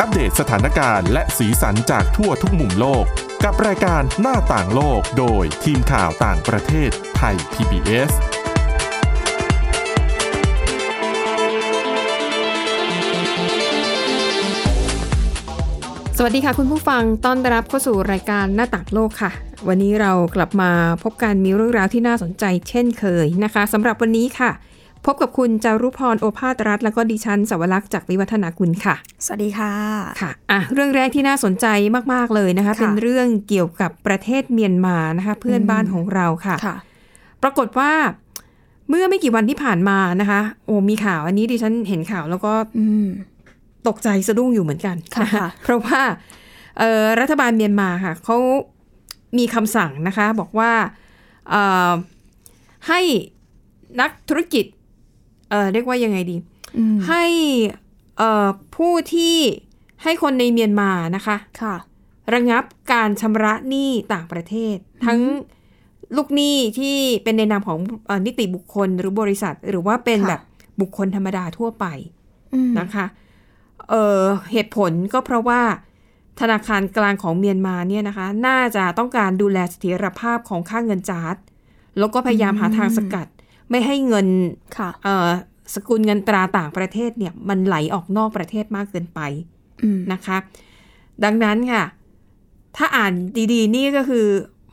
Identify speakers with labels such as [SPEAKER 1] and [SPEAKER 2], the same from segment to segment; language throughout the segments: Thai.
[SPEAKER 1] อัปเดตสถานการณ์และสีสันจากทั่วทุกมุมโลก กับรายการหน้าต่างโลกโดยทีมข่าวต่างประเทศไทย PBS
[SPEAKER 2] สวัสดีค่ะคุณผู้ฟังต้อนรับเข้าสู่รายการหน้าต่างโลกค่ะ วันนี้เรากลับมาพบกันมีเรื่องราวที่น่าสนใจเช่นเคยนะคะสำหรับวันนี้ค่ะ พบกับคุณจารุพรโอภาสรัฐแล้วก็ดิฉันสวรักษ์จากวิวัฒนาคุณค่ะ
[SPEAKER 3] สวัสดีค่ะ
[SPEAKER 2] ค่ะอ่ะ เรื่องแรกที่น่าสนใจมาก ๆ เลยนะคะ
[SPEAKER 3] ค่ะ
[SPEAKER 2] เป็นเรื่องเกี่ยวกับประเทศเมียนมานะคะเพื่อนบ้านของเราค่ะ
[SPEAKER 3] ค่ะ
[SPEAKER 2] ปรากฏว่าเมื่อไม่กี่วันที่ผ่านมานะคะ โอ้มีข่าวอันนี้ดิฉันเห็นข่าวแล้วก็
[SPEAKER 3] อืม
[SPEAKER 2] ตกใจสะดุ้งอยู่เหมือนกันน
[SPEAKER 3] ค่ะค่ะ
[SPEAKER 2] เพราะ ว่าเอ่อรัฐบาลเมียนมาค่ะเขามีคำสั่งนะคะ บอกว่าเอ่อให้นักธุรกิจเอ่อเรียกว่ายังไงดี
[SPEAKER 3] อืม
[SPEAKER 2] ให้เอ่อผู้ที่ให้คนในเมียนมานะคะ
[SPEAKER 3] ค่ะ
[SPEAKER 2] ระงับการชำระหนี้ต่างประเทศ ทั้งลูกหนี้ที่เป็นในนามของเอ่อนิติบุคคลหรือบริษัท หรือว่าเป็น
[SPEAKER 3] ค่ะ
[SPEAKER 2] แบบบุคคลธรรมดาทั่วไป
[SPEAKER 3] อืม
[SPEAKER 2] นะคะ เอ่อเหตุผลก็เพราะว่าธนาคารกลางของเมียนมาเนี่ยนะคะ น่าจะต้องการดูแลเสถียรภาพของค่าเงินจาร์ดแล้วก็พยายามหาทางสกัด ไม่ให้เงิน
[SPEAKER 3] ค่ะ
[SPEAKER 2] เอ่อสกุลเงินตราต่างประเทศเนี่ยมันไหลออกนอกประเทศมากเกินไป
[SPEAKER 3] อืม
[SPEAKER 2] นะคะ ดังนั้นค่ะ ถ้าอ่านดีๆ นี่ก็คือ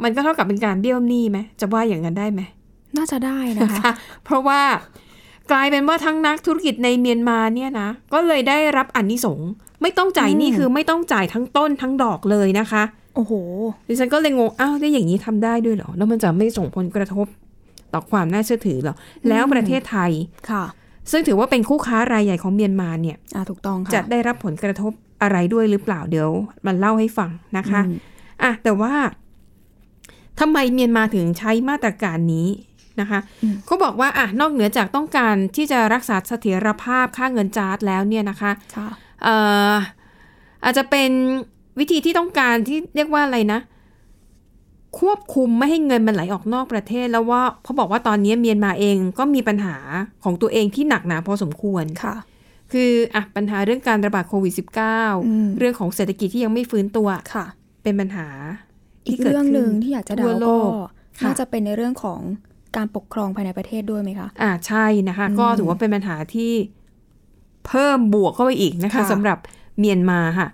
[SPEAKER 2] มันก็เท่ากับเป็นการเบี้ยวหนี้ไหมจะว่าอย่างนั้นได้ไหม
[SPEAKER 3] น่าจะได้นะคะ
[SPEAKER 2] เพราะว่ากลายเป็นว่าทั้งนักธุรกิจในเมียนมาเนี่ยนะ ก็เลยได้รับอันนิสงส์ไม่ต้องจ่ายหนี่
[SPEAKER 3] อืม
[SPEAKER 2] คือไม่ต้องจ่ายทั้งต้นทั้งดอกเลยนะคะ
[SPEAKER 3] โอ้โห
[SPEAKER 2] ดิฉันก็เลยงงอ้าวได้อย่างนี้ทำได้ด้วยเหรอ แล้วมันจะไม่ส่งผลกระทบต่อความน่าเชื่อถือเหรอ แล้วประเทศไทย
[SPEAKER 3] ค่ะ
[SPEAKER 2] ซึ่งถือว่าเป็นคู่ค้ารายใหญ่ของเมียนมาเนี่ย
[SPEAKER 3] อ่าถูกต้องค่ะ
[SPEAKER 2] จะได้รับผลกระทบอะไรด้วยหรือเปล่าเดี๋ยวมันเล่าให้ฟังนะคะ
[SPEAKER 3] อืม
[SPEAKER 2] อ่ะแต่ว่าทำไมเมียนมาถึงใช้มาตรการนี้นะคะเขาบอกว่าอ่ะนอกเหนือจากต้องการที่จะรักษาเสถียรภาพค่าเงินจาร์ดแล้วเนี่ยนะคะ
[SPEAKER 3] ค่ะ
[SPEAKER 2] เอ่ออาจจะเป็นวิธีที่ต้องการที่เรียกว่าอะไรนะ ควบคุมไม่ให้เงินมันไหลออกนอกประเทศ แล้วว่าเขาบอกว่าตอนนี้เมียนมาเองก็มีปัญหาของตัวเองที่หนักหนาพอสมควร
[SPEAKER 3] ค่ะ
[SPEAKER 2] คืออ่ะปัญหาเรื่องการระบาดโควิด
[SPEAKER 3] อืม
[SPEAKER 2] -19 เรื่องของเศรษฐกิจที่ยังไม่ฟื้นตัว
[SPEAKER 3] ค่ะ
[SPEAKER 2] เป็นปัญหา
[SPEAKER 3] อีก
[SPEAKER 2] ด
[SPEAKER 3] เรื่อง
[SPEAKER 2] ขึ้น
[SPEAKER 3] หนึ่งที่อยากจะ
[SPEAKER 2] ทั่
[SPEAKER 3] เดาว
[SPEAKER 2] โล
[SPEAKER 3] ก็
[SPEAKER 2] กค่ะ
[SPEAKER 3] น่าจะเป็นในเรื่องของการปกครองภายในประเทศด้วยไหมคะ
[SPEAKER 2] อ่าใช่นะคะ
[SPEAKER 3] อืม
[SPEAKER 2] ก็ถือว่าเป็นปัญหาที่เพิ่มบวกเข้าไปอีกนะคะ
[SPEAKER 3] ค่ะ
[SPEAKER 2] สำหรับเมียนมาค่ะ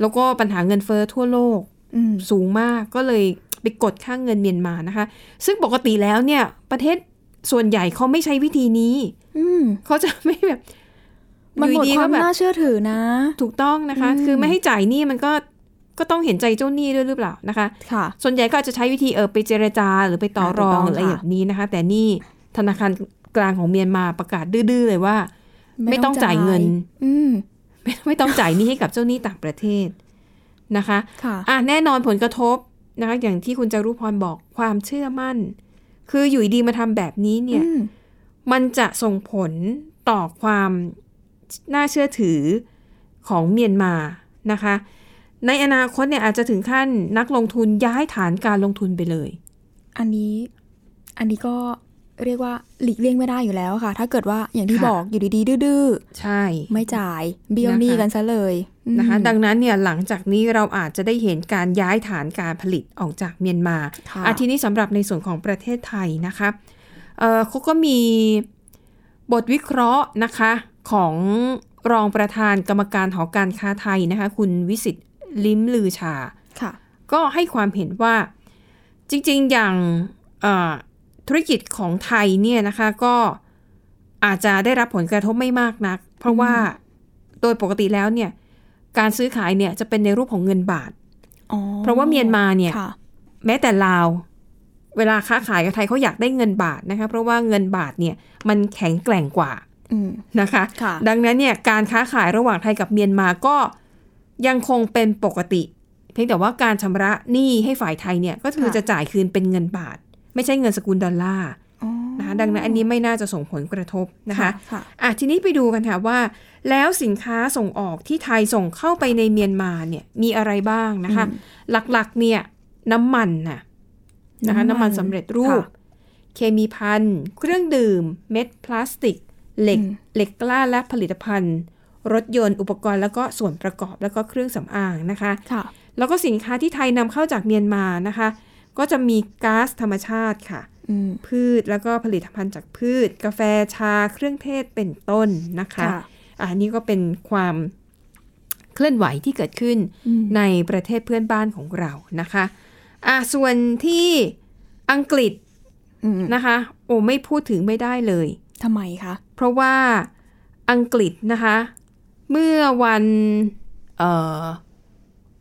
[SPEAKER 2] แล้วก็ปัญหาเงินเฟอ้อทั่วโลก
[SPEAKER 3] อืม
[SPEAKER 2] สูงมากก็เลยไปกดค่างเงินเมียนมานะคะ ซึ่งปกติแล้วเนี่ย ประเทศส่วนใหญ่เขาไม่ใช้วิธีนี้
[SPEAKER 3] อืม
[SPEAKER 2] เขาจะไม่แบบ
[SPEAKER 3] มันหมด
[SPEAKER 2] อยู่ๆ
[SPEAKER 3] ความ
[SPEAKER 2] ก็แบบ
[SPEAKER 3] น่าเชื่อถือนะ
[SPEAKER 2] ถูกต้องนะคะ
[SPEAKER 3] อืม
[SPEAKER 2] คือไม่ให้จ่ายหนี้มันก็ก็ต้องเห็นใจเจ้าหนี้ด้วยหรือเปล่านะคะ
[SPEAKER 3] ค่ะ
[SPEAKER 2] ส่วนใหญ่ก็อาจจะใช้วิธีเออไปเจรจาหรือไปต่อรอง
[SPEAKER 3] อ่าถูกต้อง
[SPEAKER 2] อะไร
[SPEAKER 3] ค่ะ
[SPEAKER 2] อย่างนี้นะคะ แต่นี่ธนาคารกลางของเมียนมาประกาศดื้อๆเลยว่า ไม่ต้องจ่ายเงิน
[SPEAKER 3] อืม
[SPEAKER 2] ไม่ไม่ต้องจ่ายหนี้ให้กับเจ้าหนี้ต่างประเทศนะคะ
[SPEAKER 3] ค่ะ
[SPEAKER 2] อ่ะแน่นอนผลกระทบนะคะ อย่างที่คุณจารุพรบอกความเชื่อมั่น คืออยู่ดีมาทำแบบนี้เนี่ย
[SPEAKER 3] อืม
[SPEAKER 2] มันจะส่งผลต่อความน่าเชื่อถือของเมียนมานะคะ ในอนาคตเนี่ยอาจจะถึงขั้นนักลงทุนย้ายฐานการลงทุนไปเลย
[SPEAKER 3] อันนี้อันนี้ก็เรียกว่าหลีกเลี่ยงไม่ได้อยู่แล้วค่ะ ถ้าเกิดว่าอย่างที่
[SPEAKER 2] ค่ะ
[SPEAKER 3] บอกอยู่ดีๆ ดื้อ
[SPEAKER 2] ใช่
[SPEAKER 3] ๆ ไม่จ่ายเบี้ยวหนี้
[SPEAKER 2] นะคะ
[SPEAKER 3] กันซะเลยอืม
[SPEAKER 2] นะคะดังนั้นเนี่ยหลังจากนี้เราอาจจะได้เห็นการย้ายฐานการผลิตออกจากเมียนมา
[SPEAKER 3] ค่ะ
[SPEAKER 2] อาทีนี้สำหรับในส่วนของประเทศไทยนะคะเอ่อเขาก็มีบทวิเคราะห์นะคะของรองประธานกรรมการหอการค้าไทยนะคะ คุณวิสิตลิ้มลือชา
[SPEAKER 3] ค่ะ
[SPEAKER 2] ก็ให้ความเห็นว่าจริงๆอย่างเอ่อธุรกิจของไทยเนี่ยนะคะก็อาจจะได้รับผลกระทบไม่มากนัก เพราะว่าโดยปกติแล้วเนี่ยการซื้อขายเนี่ยจะเป็นในรูปของเงินบาท
[SPEAKER 3] อ๋อ
[SPEAKER 2] เพราะว่าเมียนมาเนี่ย
[SPEAKER 3] ค่ะ
[SPEAKER 2] แม้แต่ลาว เวลาค้าขายกับไทยเขาอยากได้เงินบาทนะคะเพราะว่าเงินบาทเนี่ยมันแข็งแกร่งกว่า
[SPEAKER 3] อืม
[SPEAKER 2] นะคะ
[SPEAKER 3] ค่ะ
[SPEAKER 2] ดังนั้นเนี่ยการค้าขายระหว่างไทยกับเมียนมาก็ยังคงเป็นปกติ เพียงแต่ว่าการชำระหนี้ให้ฝ่ายไทยเนี่ยก็คือจะจ่ายคืนเป็นเงินบาท ไม่ใช่เงินสกุลดอลลาร์
[SPEAKER 3] อ๋อ
[SPEAKER 2] นะคะดังนั้นอันนี้ไม่น่าจะส่งผลกระทบนะคะ
[SPEAKER 3] ค่ะ
[SPEAKER 2] อ่ะทีนี้ไปดูกันค่ะว่า แล้วสินค้าส่งออกที่ไทยส่งเข้าไปในเมียนมาเนี่ยมีอะไรบ้างนะคะ
[SPEAKER 3] อืม
[SPEAKER 2] หลักๆเนี่ยน้ำมันนะนะคะ
[SPEAKER 3] น้ำ
[SPEAKER 2] น้ำ
[SPEAKER 3] มัน
[SPEAKER 2] มันสำเร็จรูป
[SPEAKER 3] ค่ะ
[SPEAKER 2] เคมีพันเครื่องดื่ม เม็ดพลาสติก เหล็ก
[SPEAKER 3] อืม
[SPEAKER 2] เหล็กกล้าและผลิตภัณฑ์ รถยนต์อุปกรณ์แล้วก็ส่วนประกอบแล้วก็เครื่องสำอางนะคะ
[SPEAKER 3] ค่ะ
[SPEAKER 2] แล้วก็สินค้าที่ไทยนำเข้าจากเมียนมานะคะ ก็จะมีก๊าซธรรมชาติค่ะ
[SPEAKER 3] อืม
[SPEAKER 2] พืชแล้วก็ผลิตภัณฑ์จากพืช กาแฟชาเครื่องเทศเป็นต้นนะคะ
[SPEAKER 3] ค่ะ
[SPEAKER 2] อันนี้ก็เป็นความเคลื่อนไหวที่เกิดขึ้น
[SPEAKER 3] อืม
[SPEAKER 2] ในประเทศเพื่อนบ้านของเรานะคะอ่ะส่วนที่อังกฤษ
[SPEAKER 3] อืม
[SPEAKER 2] นะคะ โอ้ไม่พูดถึงไม่ได้เลย
[SPEAKER 3] ทำไมคะ
[SPEAKER 2] เพราะว่าอังกฤษนะคะ เมื่อวันเอ่อ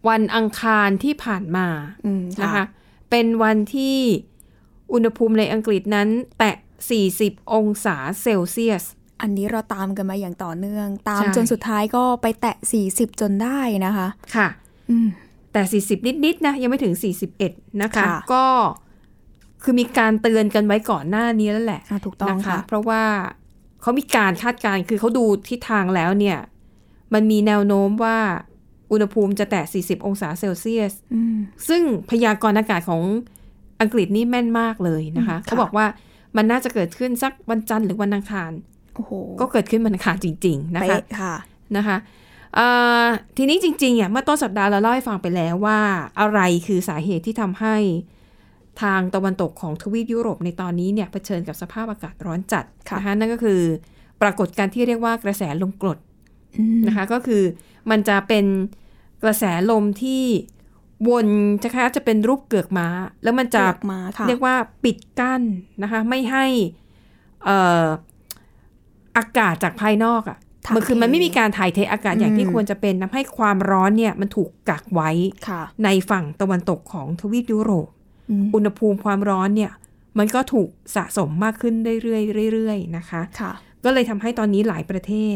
[SPEAKER 2] วันอังคารที่ผ่านมา
[SPEAKER 3] อืม
[SPEAKER 2] นะคะเป็นวันที่อุณหภูมิในอังกฤษนั้น แตะ 40 องศาเซลเซียส
[SPEAKER 3] อันนี้เราตามกันมาอย่างต่อเนื่อง ตาม
[SPEAKER 2] ใช่
[SPEAKER 3] จนสุดท้ายก็ไปแตะ 40 จนได้นะคะ
[SPEAKER 2] ค่ะ
[SPEAKER 3] อืม
[SPEAKER 2] แต่ 40 นิดๆนะยังไม่ถึง 41 นะคะ
[SPEAKER 3] ค่ะ
[SPEAKER 2] ก็คือมีการเตือนกันไว้ก่อนหน้านี้แล้วแหละ
[SPEAKER 3] อ่ะถูกต้อง
[SPEAKER 2] นะคะ
[SPEAKER 3] ค่ะ
[SPEAKER 2] เพราะว่าเขามีการคาดการณ์คือเขาดูทิศทางแล้วเนี่ย มันมีแนวโน้มว่าอุณหภูมิจะแตะ 40 องศาเซลเซียส
[SPEAKER 3] อืม
[SPEAKER 2] ซึ่งพยากรณ์อากาศของอังกฤษนี่แม่นมากเลยนะคะ
[SPEAKER 3] อืมค่ะ
[SPEAKER 2] เขาบอกว่ามันน่าจะเกิดขึ้นสักวันจันทร์หรือวันอังคาร
[SPEAKER 3] โอ้โห
[SPEAKER 2] ก็เกิดขึ้นวันอังคารจริง ๆ นะคะ
[SPEAKER 3] เป๊ะค่ะ
[SPEAKER 2] นะคะเอ่อทีนี้จริงๆอ่ะเมื่อต้นสัปดาห์เราเล่าให้ฟังไปแล้วว่า อะไรคือสาเหตุที่ทำให้ทางตะวันตกของทวีปยุโรปในตอนนี้เนี่ยเผชิญกับสภาพอากาศร้อนจัด
[SPEAKER 3] ค่ะ
[SPEAKER 2] นะคะนั่นก็คือปรากฏการณ์ที่เรียกว่ากระแสลมกรด
[SPEAKER 3] อืม
[SPEAKER 2] นะคะก็คือมันจะเป็นกระแสลมที่วนนะคะจะเป็นรูปเกือกม้า แล้วมันจะ
[SPEAKER 3] เลือกมาค่ะ
[SPEAKER 2] เรียกว่าปิดกั้นนะคะไม่ให้เอ่ออากาศจากภายนอกอะ
[SPEAKER 3] ทาง
[SPEAKER 2] มันคือมันไม่
[SPEAKER 3] เท
[SPEAKER 2] มีการถ่ายเทอากาศอย่างที่
[SPEAKER 3] อืม
[SPEAKER 2] ควรจะเป็นทำให้ความร้อนเนี่ยมันถูกกักไว้
[SPEAKER 3] ค่ะ
[SPEAKER 2] ในฝั่งตะวันตกของทวีปยุโรป
[SPEAKER 3] อืม
[SPEAKER 2] อุณหภูมิความร้อนเนี่ยมันก็ถูกสะสมมากขึ้นเรื่อยๆเรื่อยๆนะคะ
[SPEAKER 3] ค่ะ
[SPEAKER 2] ก็เลยทำให้ตอนนี้หลายประเทศ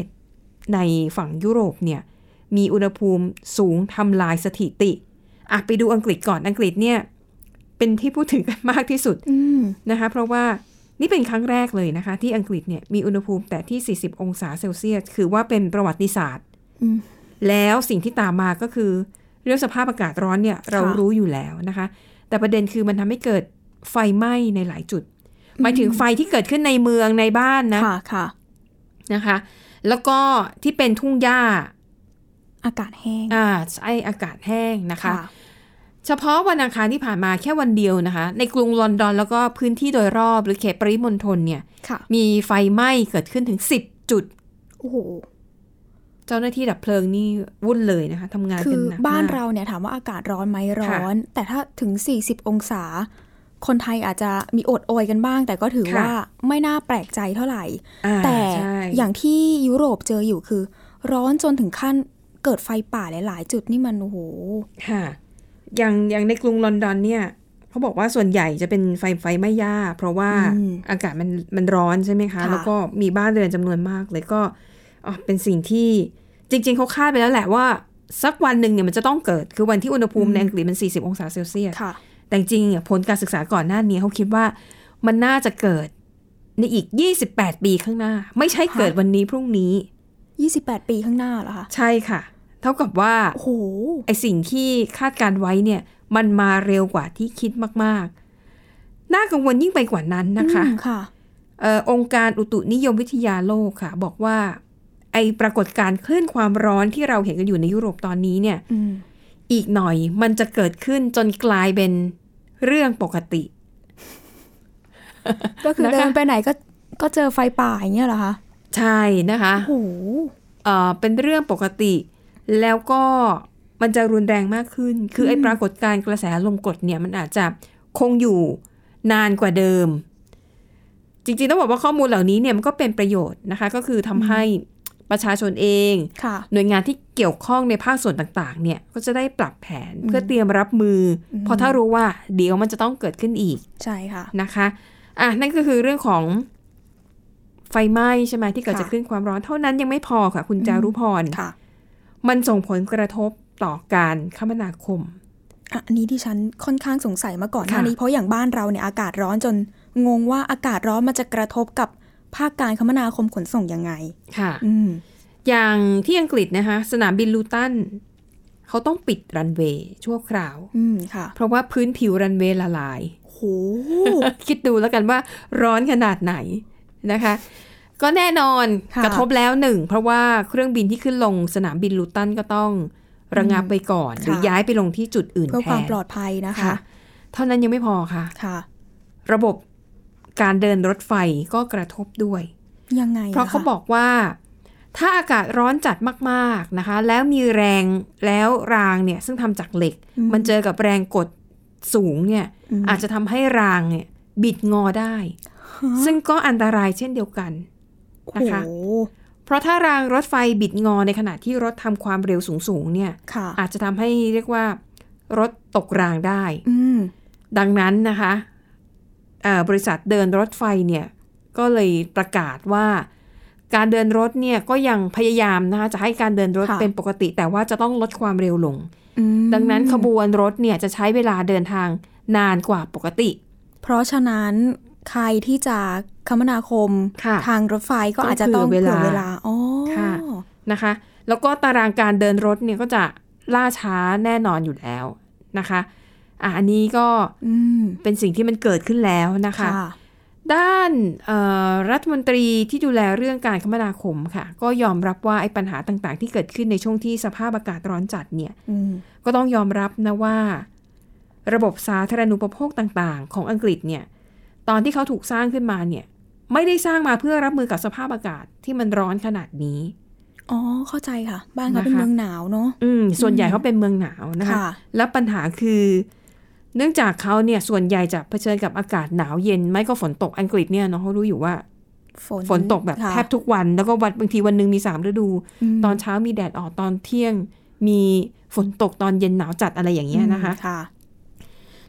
[SPEAKER 2] ในฝั่งยุโรปเนี่ยมีอุณหภูมิสูงทำลายสถิติอ่ะไปดูอังกฤษก่อนอังกฤษเนี่ยเป็นที่พูดถึงกันมากที่สุด
[SPEAKER 3] อืม
[SPEAKER 2] นะคะ เพราะว่านี่เป็นครั้งแรกเลยนะคะ ที่อังกฤษเนี่ยมีอุณหภูมิแต่ที่ 40 องศาเซลเซียสคือว่าเป็นประวัติศาสตร์
[SPEAKER 3] อืม
[SPEAKER 2] แล้วสิ่งที่ตามมาก็คือเรื่องสภาพอากาศร้อนเนี่ยเรารู้อยู่แล้วนะคะ แต่ประเด็นคือมันทำให้เกิดไฟไหม้ในหลายจุดหมายถึงไฟที่เกิดขึ้นในเมืองในบ้านนะ
[SPEAKER 3] ค่ะค่ะ
[SPEAKER 2] นะคะ แล้วก็ที่เป็นทุ่งหญ้า
[SPEAKER 3] อากาศแห้ง
[SPEAKER 2] อ่าใช่อากาศแห้งนะคะ เฉพาะวันอังคารที่ผ่านมาแค่วันเดียวนะคะ ในกรุงลอนดอนแล้วก็พื้นที่โดยรอบหรือเขตปริมณฑลเนี่ย
[SPEAKER 3] ค่ะ
[SPEAKER 2] มีไฟไหม้เกิดขึ้นถึง 10 จุด
[SPEAKER 3] โอ้โห
[SPEAKER 2] เจ้าหน้าที่ดับเพลิงนี่วุ่นเลยนะคะทำงาน
[SPEAKER 3] คื
[SPEAKER 2] กัน
[SPEAKER 3] อ
[SPEAKER 2] หนักมก
[SPEAKER 3] บ้านเราเนี่ยถามว่าอากาศร้อนไหมร้อน แต่ถ้าถึง 40 องศา คนไทยอาจจะมีอดโอยกันบ้าง แต่ก็ถือ
[SPEAKER 2] ค่ะ
[SPEAKER 3] ว่าไม่น่าแปลกใจเท่าไหร่
[SPEAKER 2] อ่า
[SPEAKER 3] แต่
[SPEAKER 2] ใช่
[SPEAKER 3] อย่างที่ยุโรปเจออยู่คือ ร้อนจนถึงขั้นเกิดไฟป่าหลายๆ จุดนี่มันโอ้โห
[SPEAKER 2] ค่ะอย่างอย่างในกรุงลอนดอนเนี่ยเขาบอกว่าส่วนใหญ่จะเป็นไฟไฟไหม้หญ้า เพราะว่า
[SPEAKER 3] อืม
[SPEAKER 2] อากาศมันมันร้อนใช่ไหมคะ
[SPEAKER 3] ค่ะ
[SPEAKER 2] แล้วก็มีบ้านเรือนจำนวนมากเลยก็อ่ะเป็นสิ่งที่จริง ๆเขาคาดไปแล้วแหละว่า สักวันหนึ่งเนี่ยมันจะต้องเกิดคือวันที่อุณหภูมิในอังกฤษมัน 40 องศาเซลเซียส
[SPEAKER 3] ค่ะ
[SPEAKER 2] แต่จริงๆอ่ะผลการศึกษาก่อนหน้านี้เขาคิดว่ามันน่าจะเกิดในอีก 28 ปีข้างหน้า ไม่ใช่เกิด
[SPEAKER 3] ค่ะ
[SPEAKER 2] วันนี้พรุ่งนี้
[SPEAKER 3] 28 ปีข้างหน้าเหรอคะ
[SPEAKER 2] ใช่ค่ะ เท่ากับว่า
[SPEAKER 3] โอ้โห
[SPEAKER 2] ไอสิ่งที่คาดการไว้เนี่ย มันมาเร็วกว่าที่คิดมาก ๆ น่ากังวลยิ่งไปกว่านั้นนะคะ
[SPEAKER 3] อืมค่ะ
[SPEAKER 2] เออองค์การอุตุนิยมวิทยาโลกค่ะ บอกว่า ไอปรากฏการณ์คลื่นความร้อนที่เราเห็นกันอยู่ในยุโรปตอนนี้เนี่ย
[SPEAKER 3] อืม
[SPEAKER 2] อีกหน่อยมันจะเกิดขึ้นจนกลายเป็นเรื่องปกติ
[SPEAKER 3] ก็คือ
[SPEAKER 2] นะคะ
[SPEAKER 3] เดินไปไหนก็ก็เจอไฟป่าอย่างเงี้ยเหรอคะ
[SPEAKER 2] ใช่นะคะ
[SPEAKER 3] โอ้โห
[SPEAKER 2] เอ่อเป็นเรื่องปกติ แล้วก็มันจะรุนแรงมากขึ้น คือไอ้ปรากฏการณ์กระแสลมกดเนี่ยมันอาจจะคงอยู่นานกว่าเดิม จริงๆต้องบอกว่าข้อมูลเหล่านี้เนี่ยมันก็เป็นประโยชน์นะคะ ก็คือทำให้ประชาชนเอง
[SPEAKER 3] ค่ะ
[SPEAKER 2] หน่วยงานที่เกี่ยวข้องในภาคส่วนต่างๆ เนี่ยก็จะได้ปรับแผนเพื่อเตรียมรับมืออ
[SPEAKER 3] ม
[SPEAKER 2] เพราะถ้ารู้ว่าเดี๋ยวมันจะต้องเกิดขึ้นอีก
[SPEAKER 3] ใช่ค่ะ
[SPEAKER 2] นะคะอ่ะนั่นก็คือเรื่องของไฟไหม้ใช่ไหมที่เกิด
[SPEAKER 3] ค่ะ
[SPEAKER 2] จากคลื่นความร้อนเท่านั้นยังไม่พอค่ะ คุณจารุพร
[SPEAKER 3] ค่ะ
[SPEAKER 2] มันส่งผลกระทบต่อการคมนาคม
[SPEAKER 3] อ่ะอันนี้ที่ฉันค่อนข้างสงสัยมาก่อนหน้า
[SPEAKER 2] ค่ะ
[SPEAKER 3] นี้เพราะอย่างบ้านเราเนี่ยอากาศร้อนจนงงว่าอากาศร้อนมันจะกระทบกับภาคการคมนาคมขนส่งยังไง
[SPEAKER 2] ค่ะ
[SPEAKER 3] อืม
[SPEAKER 2] อย่างที่อังกฤษนะคะ สนามบินลูตันเขาต้องปิดรันเวย์ชั่วคราว
[SPEAKER 3] อืม ค่ะ
[SPEAKER 2] เพราะว่าพื้นผิวรันเวย์ละลาย
[SPEAKER 3] โอ้โห
[SPEAKER 2] คิดดูแล้วกันว่าร้อนขนาดไหนนะคะ ก็แน่นอน
[SPEAKER 3] ค่ะ
[SPEAKER 2] กระทบแล้วหนึ่ง เพราะว่าเครื่องบินที่ขึ้นลงสนามบินลูตันก็ต้องระงับไปก่อน หรือย้ายไปลงที่จุดอื่นแทน
[SPEAKER 3] เพื่อความปลอดภัยนะคะ
[SPEAKER 2] ค่ะ เท่านั้นยังไม่พอค่ะ
[SPEAKER 3] ค่ะ
[SPEAKER 2] ระบบการเดินรถไฟก็กระทบด้วย
[SPEAKER 3] ยังไง
[SPEAKER 2] เพราะ
[SPEAKER 3] ล่ค
[SPEAKER 2] เขาบอกว่าถ้าอากาศร้อนจัดมากๆนะคะ แล้วมีแรงแล้วรางเนี่ยซึ่งทำจากเหล็ก มันเจอกับแรงกดสูงเนี่ย
[SPEAKER 3] ม
[SPEAKER 2] อาจจะทำให้รางเนี่ยบิดงอได้ ซึ่งก็อันตรายเช่นเดียวกัน นะคะ
[SPEAKER 3] โอ้โห
[SPEAKER 2] เพราะถ้ารางรถไฟบิดงอในขณะที่รถทำความเร็วสูงๆเนี่ย
[SPEAKER 3] ค่ะ
[SPEAKER 2] อาจจะทำให้เรียกว่ารถตกรางได้
[SPEAKER 3] อืม
[SPEAKER 2] ดังนั้นนะคะเอ่อบริษัทเดินรถไฟเนี่ยก็เลยประกาศว่า การเดินรถเนี่ยก็ยังพยายามนะคะจะให้การเดินรถเป็นปกติ แต่ว่าจะต้องลดความเร็วลง
[SPEAKER 3] อืม
[SPEAKER 2] ดังนั้นขบวนรถเนี่ยจะใช้เวลาเดินทางนานกว่าปกติ
[SPEAKER 3] เพราะฉะนั้นใครที่จะคมนาคม
[SPEAKER 2] ค่ะ
[SPEAKER 3] ทางรถไฟก็อาจจะต้อง
[SPEAKER 2] ต้องเผื่
[SPEAKER 3] เผื่
[SPEAKER 2] อ
[SPEAKER 3] อ
[SPEAKER 2] เวลา
[SPEAKER 3] เวลาอ๋อ
[SPEAKER 2] ค่ะ นะคะ แล้วก็ตารางการเดินรถเนี่ยก็จะล่าช้าแน่นอนอยู่แล้วนะคะอ่ะอันนี้ก็
[SPEAKER 3] อืม
[SPEAKER 2] เป็นสิ่งที่มันเกิดขึ้นแล้วนะคะ
[SPEAKER 3] ค่ะ
[SPEAKER 2] ด้านเอ่อรัฐมนตรีที่ดูแลเรื่องการคมนาคมค่ะ ก็ยอมรับว่าไอ้ปัญหาต่างๆ ที่เกิดขึ้นในช่วงที่สภาพอากาศร้อนจัดเนี่ย
[SPEAKER 3] อืม
[SPEAKER 2] ก็ต้องยอมรับนะว่า ระบบสาธารณูปโภคต่างๆ ของอังกฤษเนี่ยตอนที่เขาถูกสร้างขึ้นมาเนี่ยไม่ได้สร้างมาเพื่อรับมือกับสภาพอากาศที่มันร้อนขนาดนี้
[SPEAKER 3] อ๋อเข้าใจค่ะ บ้านเขา
[SPEAKER 2] นะคะ
[SPEAKER 3] เป็นเมืองหนาวเนาะ
[SPEAKER 2] อืมส่วนใหญ่
[SPEAKER 3] อืม
[SPEAKER 2] เขาเป็นเมืองหนาวนะคะ
[SPEAKER 3] ค่ะ
[SPEAKER 2] แล้วปัญหาคือ เนื่องจากเขาเนี่ยส่วนใหญ่จะเผชิญกับอากาศหนาวเย็นไม่ก็ฝนตกอังกฤษเนี่ยเนาะเขารู้อยู่ว่า
[SPEAKER 3] ฝน
[SPEAKER 2] ฝนตกแบบ
[SPEAKER 3] ค่ะ
[SPEAKER 2] แทบทุกวันแล้วก็วันบางทีวันหนึ่งมีสามฤดู
[SPEAKER 3] ม
[SPEAKER 2] ตอนเช้ามีแดดออกตอนเที่ยง มีฝนตกตอนเย็นหนาวจัดอะไรอย่างเงี้ยนะคะ
[SPEAKER 3] ค่ะ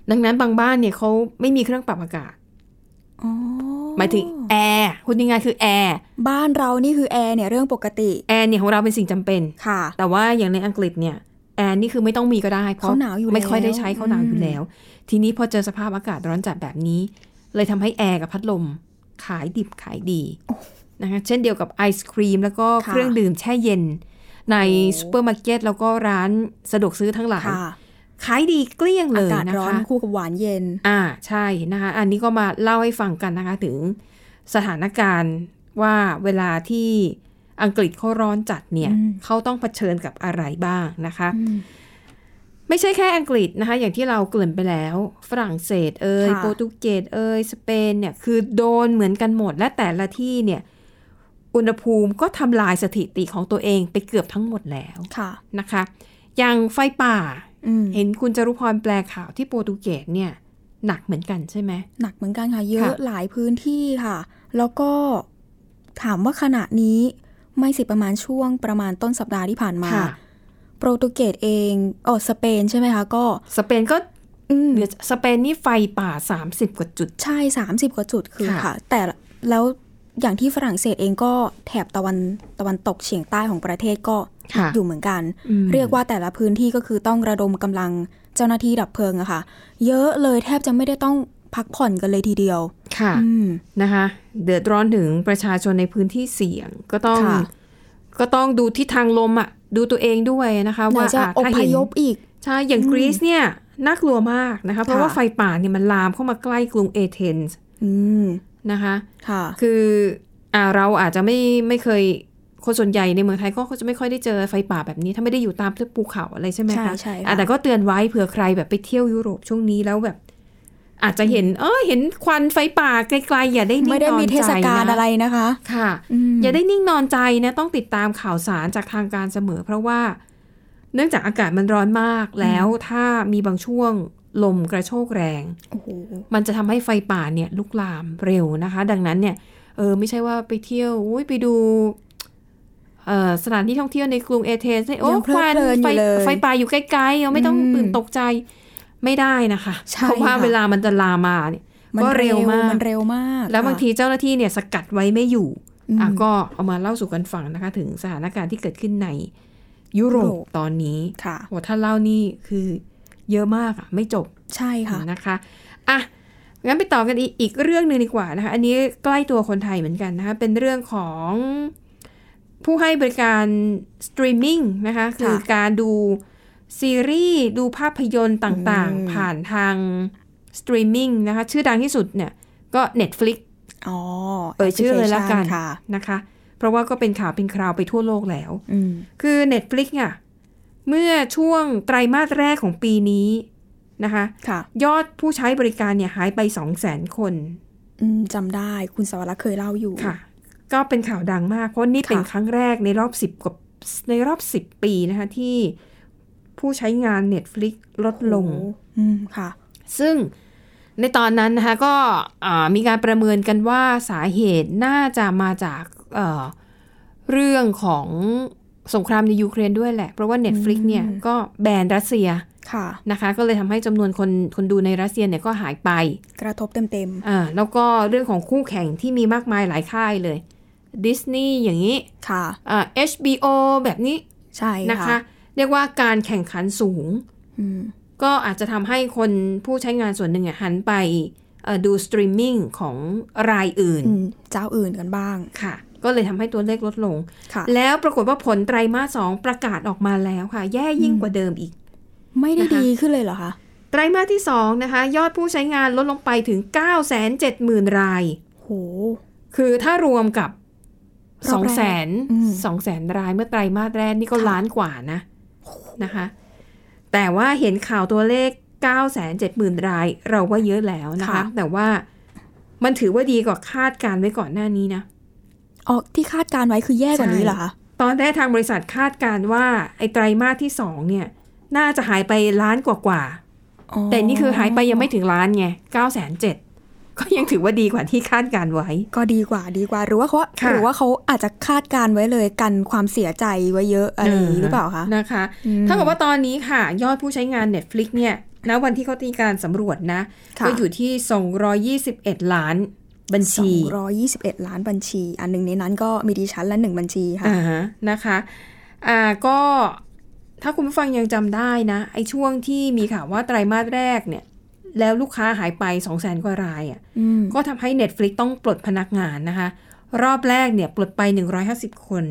[SPEAKER 2] ดังนั้นบางบ้านเนี่ยเขาไม่มีเครื่องปรับอากาศ
[SPEAKER 3] อ๋อ
[SPEAKER 2] หมายถึงแอร์คุณยังไงายๆคือแอร์
[SPEAKER 3] บ้านเรานี่คือแอร์เนี่ยเรื่องปกติ
[SPEAKER 2] แอร์เนี่ยของเราเป็นสิ่งจำเป็น
[SPEAKER 3] ค่ะ
[SPEAKER 2] แต่ว่าอย่างในอังกฤษเนี่ยแอร์นี่คือไม่ต้องมีก็ได้เพราะ
[SPEAKER 3] เขาหนาวอยู่
[SPEAKER 2] ไม่ค่อย
[SPEAKER 3] แล้ว
[SPEAKER 2] ได้ใช้เขาหนาวอยู่
[SPEAKER 3] อืม
[SPEAKER 2] แล้ว ทีนี้พอเจอสภาพอากาศร้อนจัดแบบนี้ เลยทำให้แอร์กับพัดลมขายดิบขายดีนะคะเช่นเดียวกับไอศครีม แล้วก็เครื่องดื่มแช่เย็น ในซูเปอร์มาร์เก็ตแล้วก็ร้านสะดวกซื้อทั้งหลาย
[SPEAKER 3] ค่ะ
[SPEAKER 2] ขายดีเกลี้ยง
[SPEAKER 3] อา
[SPEAKER 2] เลย
[SPEAKER 3] กาศ
[SPEAKER 2] นะ
[SPEAKER 3] ร้อน
[SPEAKER 2] คะ
[SPEAKER 3] คู่กับหวานเย็น
[SPEAKER 2] อ่าใช่นะคะ อันนี้ก็มาเล่าให้ฟังกันนะคะถึงสถานการณ์ว่าเวลาที่อังกฤษเขาร้อนจัดเนี่ย
[SPEAKER 3] อืม
[SPEAKER 2] เขาต้องเผชิญกับอะไรบ้างนะคะ
[SPEAKER 3] อืม
[SPEAKER 2] ไม่ใช่แค่อังกฤษนะคะ อย่างที่เราเกริ่นไปแล้ว ฝรั่งเศสเอ่ย
[SPEAKER 3] ค่ะ
[SPEAKER 2] โปรตุเกสเอ่ยสเปนเนี่ยคือโดนเหมือนกันหมด และแต่ละที่เนี่ยอุณหภูมิก็ทำลายสถิติของตัวเองไปเกือบทั้งหมดแล้ว
[SPEAKER 3] ค่ะ
[SPEAKER 2] นะคะ อย่างไฟป่า
[SPEAKER 3] อืม
[SPEAKER 2] เห็นคุณจรุพรแปลข่าวที่โปรตุเกสเนี่ยหนักเหมือนกันใช่ไหม
[SPEAKER 3] หนักเหมือนกันค่ะ เยอะ
[SPEAKER 2] ค่ะ
[SPEAKER 3] หลายพื้นที่ค่ะ แล้วก็ถามว่าขณะนี้ไม่สิประมาณช่วงประมาณต้นสัปดาห์ที่ผ่านมา โปรตุเกสเองเออสเปนใช่ไหมคะ ก็
[SPEAKER 2] สเปนก็
[SPEAKER 3] อืม
[SPEAKER 2] เดี๋ยวสเปนนี่ไฟป่า 30 กว่าจุด
[SPEAKER 3] ใช่ 30 กว่าจุดคือ
[SPEAKER 2] ค่ะ
[SPEAKER 3] ค่ะ แต่แล้วอย่างที่ฝรั่งเศสเองก็แถบตะวันตะวันตกเฉียงใต้ของประเทศก็
[SPEAKER 2] ค่ะ
[SPEAKER 3] อยู่เหมือนกัน
[SPEAKER 2] อืม
[SPEAKER 3] เรียกว่าแต่ละพื้นที่ก็คือต้องระดมกำลังเจ้าหน้าที่ดับเพลิงอะค่ะ เยอะเลยแทบจะไม่ได้ต้องพักผ่อนกันเลยทีเดียว
[SPEAKER 2] ค่ะ
[SPEAKER 3] อืม
[SPEAKER 2] นะคะเดือดร้อนถึงประชาชนในพื้นที่เสี่ยงก็ต้อง
[SPEAKER 3] ค่ะ
[SPEAKER 2] ก็ต้องดูทิศทางลมอ่ะดูตัวเองด้วยนะคะ
[SPEAKER 3] ไหน
[SPEAKER 2] ว่า
[SPEAKER 3] จะ
[SPEAKER 2] อ่ะ
[SPEAKER 3] อ
[SPEAKER 2] ถ้า
[SPEAKER 3] พ
[SPEAKER 2] เห็น
[SPEAKER 3] ยพอีก
[SPEAKER 2] ใช่อย่างกรีซเนี่ยน่ากลัวมากนะคะเพราะ
[SPEAKER 3] ค่ะ
[SPEAKER 2] ว่าไฟป่าเนี่ยมันลามเข้ามาใกล้กรุงเอเธนส์
[SPEAKER 3] อืม
[SPEAKER 2] นะคะ
[SPEAKER 3] ค่ะ
[SPEAKER 2] คืออ่าเราอาจจะไม่ไม่เคยคนส่วนใหญ่ในเมืองไทยก็จะไม่ค่อยได้เจอไฟป่าแบบนี้ ถ้าไม่ได้อยู่ตามทึบภูเขาอะไรใช่ไหมคะ
[SPEAKER 3] ใช่ใช่ค่ะ
[SPEAKER 2] อ่ะแต่ก็เตือนไว้เผื่อใครแบบไปเที่ยวยุโรปช่วงนี้แล้วแบบ อาจจะเห็น เออเห็นควันไฟป่าไกลๆอย่าได้นิ่งนอนใจ
[SPEAKER 3] ไม่ได้มีเทศกาล
[SPEAKER 2] น
[SPEAKER 3] อะไรนะคะ
[SPEAKER 2] ค่ะ
[SPEAKER 3] อืม
[SPEAKER 2] อย่าได้นิ่งนอนใจนะต้องติดตามข่าวสารจากทางการเสมอ เพราะว่าเนื่องจากอากาศมันร้อนมากแล้วถ้ามีบางช่วงลมกระโชกแรง
[SPEAKER 3] โอ้โห
[SPEAKER 2] มันจะทำให้ไฟป่าเนี่ยลุกลามเร็วนะคะ ดังนั้นเนี่ยเออไม่ใช่ว่าไปเที่ยวอุ๊ยไปดูเอ่อสถานที่ท่องเที่ยวในกรุงเอเธนส์เนี่ยโอ้
[SPEAKER 3] ยังเพลิ
[SPEAKER 2] ค
[SPEAKER 3] ด
[SPEAKER 2] วัน
[SPEAKER 3] เพลินอยู่
[SPEAKER 2] ไฟ
[SPEAKER 3] เลย
[SPEAKER 2] ไฟป่าอยู่ใกล้ๆเราไม่ต้อง
[SPEAKER 3] อืม
[SPEAKER 2] ตื่นตกใจไม่ได้นะคะ
[SPEAKER 3] ใช่
[SPEAKER 2] เพราะว่า
[SPEAKER 3] ค่ะ
[SPEAKER 2] เวลามันจะลามมาเนี่ย
[SPEAKER 3] มัน
[SPEAKER 2] ก็เร็วมาก
[SPEAKER 3] นเร็วมาก
[SPEAKER 2] แล้วบาง
[SPEAKER 3] ค่ะ
[SPEAKER 2] ทีเจ้าหน้าที่เนี่ยสกัดไว้ไม่อยู่
[SPEAKER 3] อืม
[SPEAKER 2] อ่ะก็เอามาเล่าสู่กันฟังนะคะ ถึงสถานการณ์ที่เกิดขึ้นในยุโร
[SPEAKER 3] ยุ
[SPEAKER 2] ป
[SPEAKER 3] โรป
[SPEAKER 2] ตอนนี้
[SPEAKER 3] ค่ะ
[SPEAKER 2] โหถ้าเล่านี่คือเยอะมากอ่ะไม่จบ
[SPEAKER 3] ใช่ค่ะ
[SPEAKER 2] นะคะอ่ะงั้นไปต่อกันอีกอีกเรื่องหนึ่งดีกว่านะคะ อันนี้ใกล้ตัวคนไทยเหมือนกันนะคะ เป็นเรื่องของผู้ให้บริการสตรีมมิ่งนะคะ คือการดูซีรีส์ ดูภาพยนตร์ต่าง
[SPEAKER 3] อืม
[SPEAKER 2] ๆ ผ่านทางสตรีมมิ่งนะคะ ชื่อดังที่สุดเนี่ยก็ Netflix
[SPEAKER 3] อ๋อ
[SPEAKER 2] เอ่ยชื่อเลยละกัน
[SPEAKER 3] แอปพลิเคชัค่ะ
[SPEAKER 2] นะคะ เพราะว่าก็เป็นข่าวเป็นคราวไปทั่วโลกแล้ว
[SPEAKER 3] อืม
[SPEAKER 2] คือ Netflix เนี่ยเมื่อช่วงไตรมาสแรกของปีนี้นะคะ
[SPEAKER 3] ค่ะ
[SPEAKER 2] ยอดผู้ใช้บริการเนี่ยหายไป 2 0 0 0 0 0 คน
[SPEAKER 3] อืมจำได้คุณสวรักษ์เคยเล่าอยู่
[SPEAKER 2] ค่ะ ก็เป็นข่าวดังมาก เพราะนี่เป็น
[SPEAKER 3] ค่ะ
[SPEAKER 2] ครั้งแรกในรอบ 10กว่าในรอบ 10 ปีนะคะ ที่ผู้ใช้งาน Netflix ลดลง
[SPEAKER 3] โอ้อืมค่ะ
[SPEAKER 2] ซึ่งในตอนนั้นนะคะก็อ่ามีการประเมินกันว่าสาเหตุน่าจะมาจากเอ่อเรื่องของสงครามในยูเครนด้วยแหละ เพราะว่า Netflix เนี่ย
[SPEAKER 3] อืม
[SPEAKER 2] ก็แบนรัสเซีย
[SPEAKER 3] ค่ะ
[SPEAKER 2] นะคะ ก็เลยทำให้จำนวนคนคนดูในรัสเซียเนี่ยก็หายไป
[SPEAKER 3] กระทบเต็มเต็ม
[SPEAKER 2] อ่าแล้วก็เรื่องของคู่แข่งที่มีมากมายหลายค่ายเลยดิสนีย์อย่างนี้
[SPEAKER 3] ๆค่ะ
[SPEAKER 2] อ่า HBO แบบนี้
[SPEAKER 3] ใช่
[SPEAKER 2] นะคะ
[SPEAKER 3] ค่ะ
[SPEAKER 2] เรียกว่าการแข่งขันสูง
[SPEAKER 3] อืม
[SPEAKER 2] ก็อาจจะทำให้คนผู้ใช้งานส่วนหนึ่งอะหันไปเอ่อดูสตรีมมิ่งของรายอื่น
[SPEAKER 3] อืมเจ้าอื่นกันบ้าง
[SPEAKER 2] ค่ะ ก็เลยทำให้ตัวเลขลดลง
[SPEAKER 3] ค่ะ
[SPEAKER 2] แล้วปรากฏว่าผลไตรมาสสองประกาศออกมาแล้วค่ะ แย่ยิ่งกว่าเดิมอีก
[SPEAKER 3] ไม่ได้
[SPEAKER 2] นะคะ
[SPEAKER 3] ดีขึ้นเลยเหรอคะ
[SPEAKER 2] ไตรมาสที่สองนะคะ ยอดผู้ใช้งานลดลงไปถึง 9 7 0 0 0 0 ราย
[SPEAKER 3] โห
[SPEAKER 2] คือถ้ารวมกับ
[SPEAKER 3] ร
[SPEAKER 2] 2
[SPEAKER 3] อบ
[SPEAKER 2] 0 0
[SPEAKER 3] แรกอื
[SPEAKER 2] 0
[SPEAKER 3] ม
[SPEAKER 2] 0 0 0 รายเมื่อไตรมาสแรกนี่ก็
[SPEAKER 3] ค่ะ
[SPEAKER 2] ล้านกว่านะนะคะ แต่ว่าเห็นข่าวตัวเลข 9 7 0 0 0 0 รายเราว่าเยอะแล้วนะคะ แต่ว่ามันถือว่าดีกว่าคาดการณ์ไว้ก่อนหน้านี้นะ
[SPEAKER 3] อ๋อที่คาดการไว้คือแย่กว่านี้
[SPEAKER 2] ใช่
[SPEAKER 3] เหรอคะ
[SPEAKER 2] ตอนแรกทางบริษัทคาดการณ์ว่าไอ้ไตรมาสที่ 2 เนี่ย น่าจะหายไปล้านกว่ากว่า
[SPEAKER 3] อ๋อ
[SPEAKER 2] ๆแต่นี่คือหายไปยังไม่ถึงล้านไง 9 7 0 0 0ก็ยังถือว่าดีกว่าที่คาดการณ์ไว้
[SPEAKER 3] ก็ดีกว่าดีกว่า หรือว่าเขา
[SPEAKER 2] ค่ะ
[SPEAKER 3] หรือว่าเขาอาจจะคาดการไว้เลยกันความเสียใจไว้เยอะอะไรอย่างนี้หรือเปล่าคะ
[SPEAKER 2] นะคะ
[SPEAKER 3] อืม
[SPEAKER 2] เท่ากับว่าตอนนี้ค่ะ ยอดผู้ใช้งาน Netflix เนี่ยณวันที่เขาตีการสำรวจนะ
[SPEAKER 3] ค่ะ
[SPEAKER 2] ก็อยู่ที่ 221 ล้านบัญชี
[SPEAKER 3] 221 ล้านบัญชี อันหนึ่งในนั้นก็มีดิฉันและหนึ่งบัญชีค่ะ
[SPEAKER 2] อ่าฮะนะคะอ่าก็ถ้าคุณผู้ฟังยังจำได้นะ ไอ้ช่วงที่มีข่าวว่าไตรมาสแรกเนี่ย แล้วลูกค้าหายไป 2 0 0 0 0 กว่ารายอะ่ะ
[SPEAKER 3] อืม
[SPEAKER 2] ก็ทำให้ Netflix ต้องปลดพนักงานนะคะ รอบแรกเนี่ยปลดไป 150 คน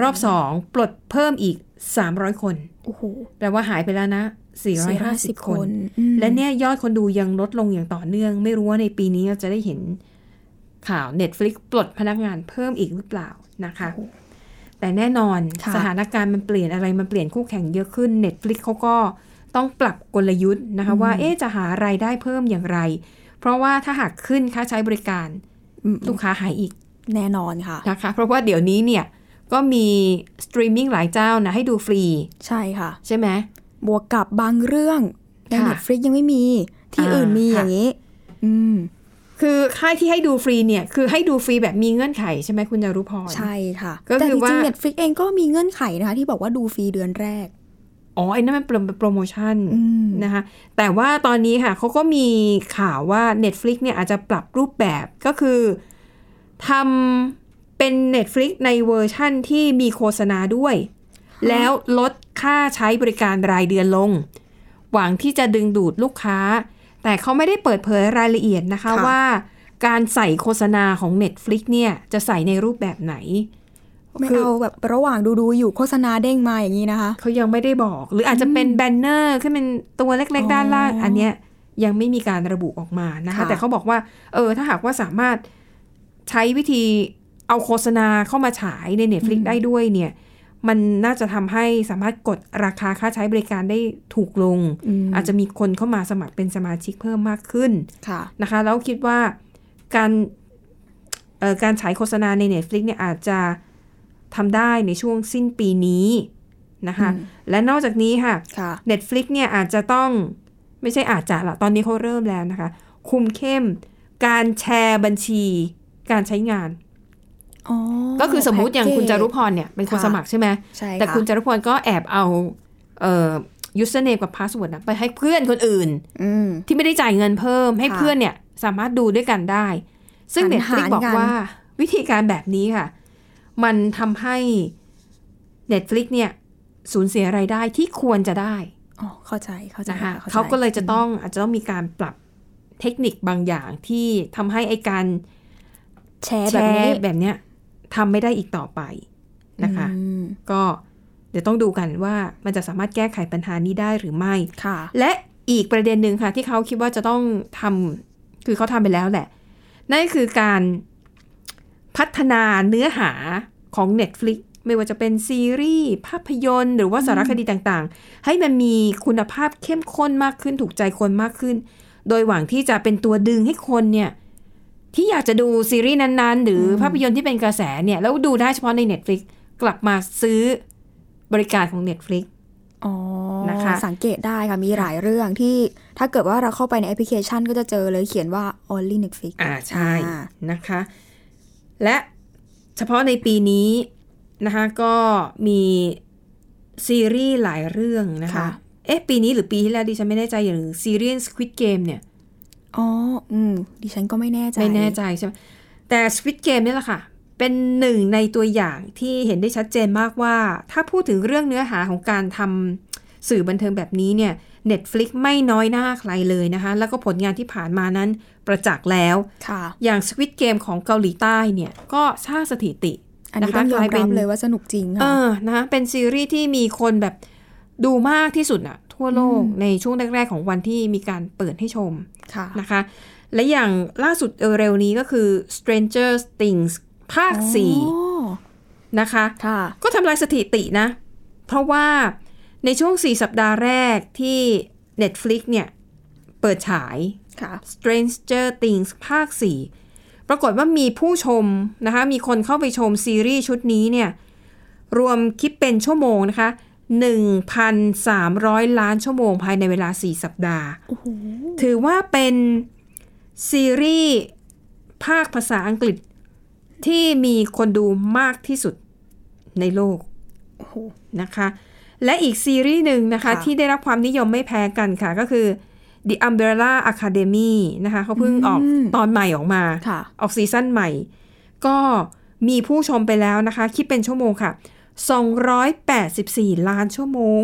[SPEAKER 2] รอบ 2 ปลดเพิ่มอีก 300 คน
[SPEAKER 3] โอ้โห
[SPEAKER 2] แปลว่าหายไปแล้วนะ 450 คน
[SPEAKER 3] อืม
[SPEAKER 2] และเนี่ยยอดคนดูยังลดลงอย่างต่อเนื่อง ไม่รู้ว่าในปีนี้เราจะได้เห็นข่าว Netflix ปลดพนักงานเพิ่มอีกหรือเปล่านะคะ
[SPEAKER 3] โอ้โห
[SPEAKER 2] แต่แน่นอน
[SPEAKER 3] ค่ะ
[SPEAKER 2] สถานการณ์มันเปลี่ยนอะไรมันเปลี่ยนคู่แข่งเยอะขึ้น Netflix เขาก็ต้องปรับกลยุทธ์นะคะ ว่าเอ๊ะจะหารายได้เพิ่มอย่างไร เพราะว่าถ้าหากขึ้นค่าใช้บริการ
[SPEAKER 3] อืม
[SPEAKER 2] ลูกค้าหายอีก
[SPEAKER 3] แน่นอนค่ะ
[SPEAKER 2] นะคะ เพราะว่าเดี๋ยวนี้เนี่ยก็มีสตรีมมิ่งหลายเจ้านะให้ดูฟรี
[SPEAKER 3] ใช่ค่ะ
[SPEAKER 2] ใช่ไหม
[SPEAKER 3] บวกกับบางเรื่องใน
[SPEAKER 2] ค่ะ
[SPEAKER 3] Netflix ยังไม่มีที่อื่นมี
[SPEAKER 2] อ่า
[SPEAKER 3] อย่างนี้ อืม
[SPEAKER 2] คือค่ายที่ให้ดูฟรีเนี่ยคือให้ดูฟรีแบบมีเงื่อนไขใช่ไหมคุณจารุพร
[SPEAKER 3] ใช่ค่ะ
[SPEAKER 2] ก็
[SPEAKER 3] แต่
[SPEAKER 2] คื
[SPEAKER 3] จ
[SPEAKER 2] อว่า
[SPEAKER 3] ริงๆ Netflix เองก็มีเงื่อนไขนะคะ ที่บอกว่าดูฟรีเดือนแรก
[SPEAKER 2] อ๋อไอ้นั่นมันเป็นโปรโมชั่น
[SPEAKER 3] อืม
[SPEAKER 2] นะคะแต่ว่าตอนนี้ค่ะเขาก็มีข่าวว่า Netflix เนี่ยอาจจะปรับรูปแบบก็คือทำเป็น Netflix ในเวอร์ชั่นที่มีโฆษณาด้วย แล้วลดค่าใช้บริการรายเดือนลง หวังที่จะดึงดูดลูกค้า แต่เขาไม่ได้เปิดเผยรายละเอียดนะคะ
[SPEAKER 3] ค่ะ
[SPEAKER 2] ว่าการใส่โฆษณาของ Netflix เนี่ยจะใส่ในรูปแบบไหน
[SPEAKER 3] ไม่
[SPEAKER 2] คือ
[SPEAKER 3] เอาแบบระหว่างดูดูๆอยู่โฆษณาเด้งมาอย่างนี้นะคะ
[SPEAKER 2] เขายังไม่ได้บอก หรืออาจจะเป็นแบนเนอร์ขึ้นเป็นตัวเล็ก ๆ ด้านล่าง อันเนี้ยยังไม่มีการระบุออกมานะคะ
[SPEAKER 3] ค่ะ
[SPEAKER 2] แต่เขาบอกว่า เออ ถ้าหากว่าสามารถใช้วิธีเอาโฆษณาเข้ามาฉายใน Netflix ได้ด้วยเนี่ย มันน่าจะทำให้สามารถกดราคาค่าใช้บริการได้ถูกลง อาจจะมีคนเข้ามาสมัครเป็นสมาชิกเพิ่มมากขึ้น
[SPEAKER 3] ค่ะ
[SPEAKER 2] นะคะแล้วคิดว่าการเอ่อการฉายโฆษณาใน Netflix เนี่ยอาจจะทำได้ในช่วงสิ้นปีนี้นะคะ
[SPEAKER 3] อืม
[SPEAKER 2] และนอกจากนี้ค่ะ
[SPEAKER 3] ค่ะ
[SPEAKER 2] Netflix เนี่ยอาจจะต้องไม่ใช่อาจจะละตอนนี้เขาเริ่มแล้วนะคะ คุมเข้มการแชร์บัญชีการใช้งาน
[SPEAKER 3] อ๋อ
[SPEAKER 2] ก็คือสมมุติอย่างคุณจารุ
[SPEAKER 3] แพ็
[SPEAKER 2] พร
[SPEAKER 3] กเก
[SPEAKER 2] เนี่ยเป็นคน
[SPEAKER 3] ค่ะ
[SPEAKER 2] สมัครใช่ไหม
[SPEAKER 3] ใช่
[SPEAKER 2] แต่คุณจารุพรก็แอบเอาเอ่อ username กับ password นะไปให้เพื่อนคนอื่น
[SPEAKER 3] อืม
[SPEAKER 2] ที่ไม่ได้จ่ายเงินเพิ่มให้
[SPEAKER 3] ค่ะ
[SPEAKER 2] เพื่อนเนี่ยสามารถดูด้วยกันได้ ซึ่ง
[SPEAKER 3] หัน
[SPEAKER 2] เน็ตฟลิก
[SPEAKER 3] หาร
[SPEAKER 2] บอก
[SPEAKER 3] กัน
[SPEAKER 2] ว่าวิธีการแบบนี้ค่ะ มันทำให้ Netflix เนี่ยสูญเสียรายได้ที่ควรจะได้
[SPEAKER 3] อ๋อเข้าใจเข้าใจ
[SPEAKER 2] นะคะ
[SPEAKER 3] ใจ
[SPEAKER 2] เขาก็เลยจะต้องอาจจะต้องมีการปรับเทคนิคบางอย่างที่ทำให้ไอการ
[SPEAKER 3] แชร์
[SPEAKER 2] แช
[SPEAKER 3] แบบนี้
[SPEAKER 2] ร์แบบเนี้ยทำไม่ได้อีกต่อไปนะคะ
[SPEAKER 3] อืม
[SPEAKER 2] ก็เดี๋ยวต้องดูกันว่ามันจะสามารถแก้ไขปัญหานี้ได้หรือไม่
[SPEAKER 3] ค่ะ
[SPEAKER 2] และอีกประเด็นหนึ่งค่ะ ที่เขาคิดว่าจะต้องทำคือเขาทำไปแล้วแหละ นั่นก็คือการพัฒนาเนื้อหาของ Netflix ไม่ว่าจะเป็นซีรีส์ภาพยนตร์ หรือว่าสารคดีต่างๆ ให้มันมีคุณภาพเข้มข้นมากขึ้นถูกใจคนมากขึ้น โดยหวังที่จะเป็นตัวดึงให้คนเนี่ย ที่อยากจะดูซีรีส์นั้นๆ หรืออภาพยนตร์ที่เป็นกระแสเนี่ย แล้วดูได้เฉพาะใน Netflix กลับมาซื้อบริการของ Netflix
[SPEAKER 3] อ๋อ
[SPEAKER 2] นะคะ
[SPEAKER 3] สังเกตได้ค่ะมีหลายเรื่องที่ถ้าเกิดว่าเราเข้าไปในแอปพลิเคชันก็จะเจอเลยเขียนว่า only Netflix
[SPEAKER 2] อ่าใช่
[SPEAKER 3] อ่า
[SPEAKER 2] นะคะ และเฉพาะในปีนี้นะคะก็มีซีรีส์หลายเรื่องนะคะ
[SPEAKER 3] ค่ะ
[SPEAKER 2] เอ๊ะ ปีนี้หรือปีที่แล้วดิฉันไม่แน่ใจอย่างซีรีส์ Squid Game เนี่ย
[SPEAKER 3] อ๋อ อืม ดิฉันก็ไม่แน่ใจ
[SPEAKER 2] ไม่แน่ใจใช่ไหมแต่ Squid Game เนี่ยแหละค่ะ เป็นหนึ่งในตัวอย่างที่เห็นได้ชัดเจนมากว่า ถ้าพูดถึงเรื่องเนื้อหาของการทำสื่อบันเทิงแบบนี้เนี่ย Netflix ไม่น้อยหน้าใครเลยนะคะ แล้วก็ผลงานที่ผ่านมานั้นประจักษ์แล้ว
[SPEAKER 3] ค่ะ
[SPEAKER 2] อย่าง Squid Game ของเกาหลีใต้เนี่ย ก็สร้างสถิติ
[SPEAKER 3] อันนี้ต้องยอมรับเลยว่าสนุกจริง
[SPEAKER 2] เอ
[SPEAKER 3] ค่ะ
[SPEAKER 2] อนะคะเป็นซีรีส์ที่มีคนแบบดูมากที่สุดอะทั่วโลก
[SPEAKER 3] อืม
[SPEAKER 2] ในช่วงแรก ๆ ของวันที่มีการเปิดให้ชม
[SPEAKER 3] ค่ะ
[SPEAKER 2] นะคะ และอย่างล่าสุดเร็วๆนี้ก็คือ Stranger Things ภาค
[SPEAKER 3] อ๋อ
[SPEAKER 2] 4 นะคะ
[SPEAKER 3] ค่ะ
[SPEAKER 2] ก็ทำลายสถิตินะ เพราะว่าในช่วง 4 สัปดาห์แรกที่ Netflix เนี่ยเปิดฉาย
[SPEAKER 3] ค่ะ
[SPEAKER 2] Stranger Things ภาค 4 ปรากฏว่ามีผู้ชมนะคะ มีคนเข้าไปชมซีรีส์ชุดนี้เนี่ย รวมคิดเป็นชั่วโมงนะคะ 1,300 ล้านชั่วโมงภายในเวลา 4 สัปดาห์
[SPEAKER 3] โอ้โห
[SPEAKER 2] ถือว่าเป็นซีรีส์ภาคภาษาอังกฤษที่มีคนดูมากที่สุดในโลก
[SPEAKER 3] โอ้โห
[SPEAKER 2] นะคะ และอีกซีรีส์หนึ่งนะคะ
[SPEAKER 3] ค่ะ
[SPEAKER 2] ที่ได้รับความนิยมไม่แพ้กันค่ะ ก็คือ The Umbrella Academy นะคะเขาเพิ่งออก
[SPEAKER 3] อืม
[SPEAKER 2] ตอนใหม่ออกมา
[SPEAKER 3] ค่ะ
[SPEAKER 2] ออกซีซั่นใหม่ ก็มีผู้ชมไปแล้วนะคะ คิดเป็นชั่วโมงค่ะ 284 ล้านชั่วโมง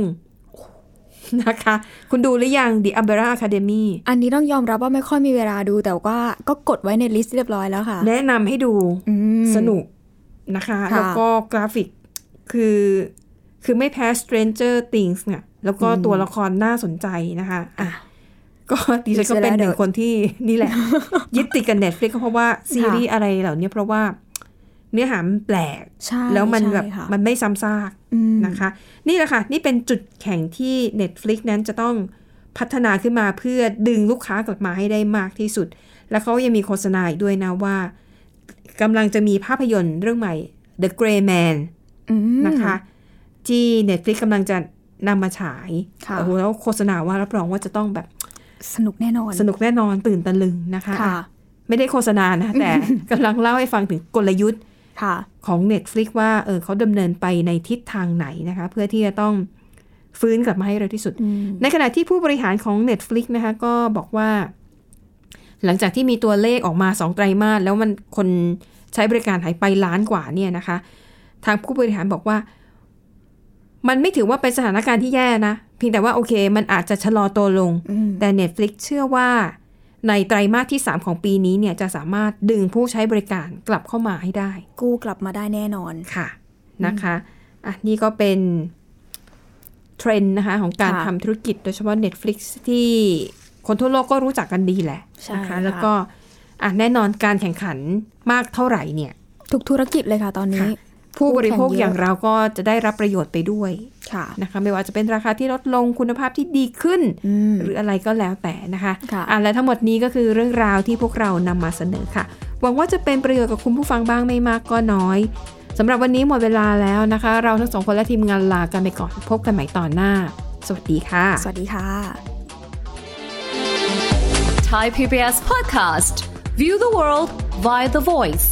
[SPEAKER 2] นะคะ คุณดูหรือยัง The Umbrella Academy
[SPEAKER 3] อันนี้ต้องยอมรับว่าไม่ค่อยมีเวลาดูแต่ว่าก็กดไว้ในลิสต์เรียบร้อยแล้วค่ะ
[SPEAKER 2] แนะนำให้ดู
[SPEAKER 3] อืม
[SPEAKER 2] สนุกนะคะ
[SPEAKER 3] ค่ะ
[SPEAKER 2] แล้วก็กราฟิกคือคือไม่แพ้ Stranger Things เนี่ยแล้วก็ตัวละครน่าสนใจนะคะอ่ะก็ดิฉันก็เป็นหนึ่งคน ที่นี่แหละ ยึดติดกับ Netflix ก็เพราะว่า ซีรีส์อะไรเหล่านี้เพราะว่าเนื้อหามันแปลก
[SPEAKER 3] ใช่
[SPEAKER 2] แล้วมัน
[SPEAKER 3] ใช่
[SPEAKER 2] แบบ
[SPEAKER 3] ค่ะ
[SPEAKER 2] มันไม่ซ้ำซาก
[SPEAKER 3] อืม
[SPEAKER 2] นะคะ นี่แหละค่ะ นี่เป็นจุดแข่งที่ Netflix นั้นจะต้องพัฒนาขึ้นมาเพื่อดึงลูกค้ากลับมาให้ได้มากที่สุด แล้วเขายังมีโฆษณาอีกด้วยนะว่ากำลังจะมีภาพยนตร์เรื่องใหม่ The Gray Man
[SPEAKER 3] อืม
[SPEAKER 2] นะคะที่ Netflix กำลังจะนำมาฉาย
[SPEAKER 3] ค่ะ
[SPEAKER 2] โอ้โหแล้วโฆษณาว่ารับรองว่าจะต้องแบบ
[SPEAKER 3] สนุกแน่นอน
[SPEAKER 2] สนุกแน่นอนตื่นตะลึงนะคะ
[SPEAKER 3] ค่ะ
[SPEAKER 2] อ่ะไม่ได้โฆษณานะ แต่ กำลังเล่าให้ฟังถึงกลยุทธ
[SPEAKER 3] ค่ะ
[SPEAKER 2] ของ Netflix ว่าเออเขาดำเนินไปในทิศทางไหนนะคะ เพื่อที่จะต้องฟื้นกลับมาให้เร็วที่สุด
[SPEAKER 3] อืม
[SPEAKER 2] ในขณะที่ผู้บริหารของ Netflix นะคะ ก็บอกว่า หลังจากที่มีตัวเลขออกมา 2 ไตรมาสแล้วมันคนใช้บริการหายไปล้านกว่าเนี่ยนะคะ ทางผู้บริหารบอกว่า มันไม่ถือว่าเป็นสถานการณ์ที่แย่นะ เพียงแต่ว่าโอเค มันอาจจะชะลอตัวลง
[SPEAKER 3] อืม
[SPEAKER 2] แต่ Netflix เชื่อว่าในไตรมาสที่ 3 ของปีนี้เนี่ยจะสามารถดึงผู้ใช้บริการกลับเข้ามาให้ได้
[SPEAKER 3] กู้กลับมาได้แน่นอน
[SPEAKER 2] ค่ะนะคะอ่ะนี่ก็เป็นเทรนด์นะคะของการ
[SPEAKER 3] ค่ะ
[SPEAKER 2] ทำธุรกิจโดยเฉพาะ Netflix ที่คนทั่วโลกก็รู้จักกันดีแหละ
[SPEAKER 3] ใช่
[SPEAKER 2] นะคะ
[SPEAKER 3] ค่ะ
[SPEAKER 2] แล้วก็อ่ะแน่นอนการแข่งขันมากเท่าไหร่เนี่ย
[SPEAKER 3] ทุกธุรกิจเลยค่ะตอนนี้
[SPEAKER 2] ค่ะ ผู้บริโภคอย่างเราก็จะได้รับประโยชน์ไปด้วย
[SPEAKER 3] ค่ะ
[SPEAKER 2] นะคะ ไม่ว่าจะเป็นราคาที่ลดลงคุณภาพที่ดีขึ้น
[SPEAKER 3] อืม
[SPEAKER 2] หรืออะไรก็แล้วแต่นะคะ
[SPEAKER 3] ค่ะ
[SPEAKER 2] อ่ะและทั้งหมดนี้ก็คือเรื่องราวที่พวกเรานำมาเสนอค่ะ หวังว่าจะเป็นประโยชน์กับคุณผู้ฟังบ้างไม่มากก็น้อยสำหรับวันนี้หมดเวลาแล้วนะคะ เราทั้งสองคนและทีมงานลากันไปก่อน พบกันใหม่ตอนหน้า สวัสดีค่ะ
[SPEAKER 3] สวัสดีค่ะ
[SPEAKER 4] Thai PBS podcast. View the world via the voice.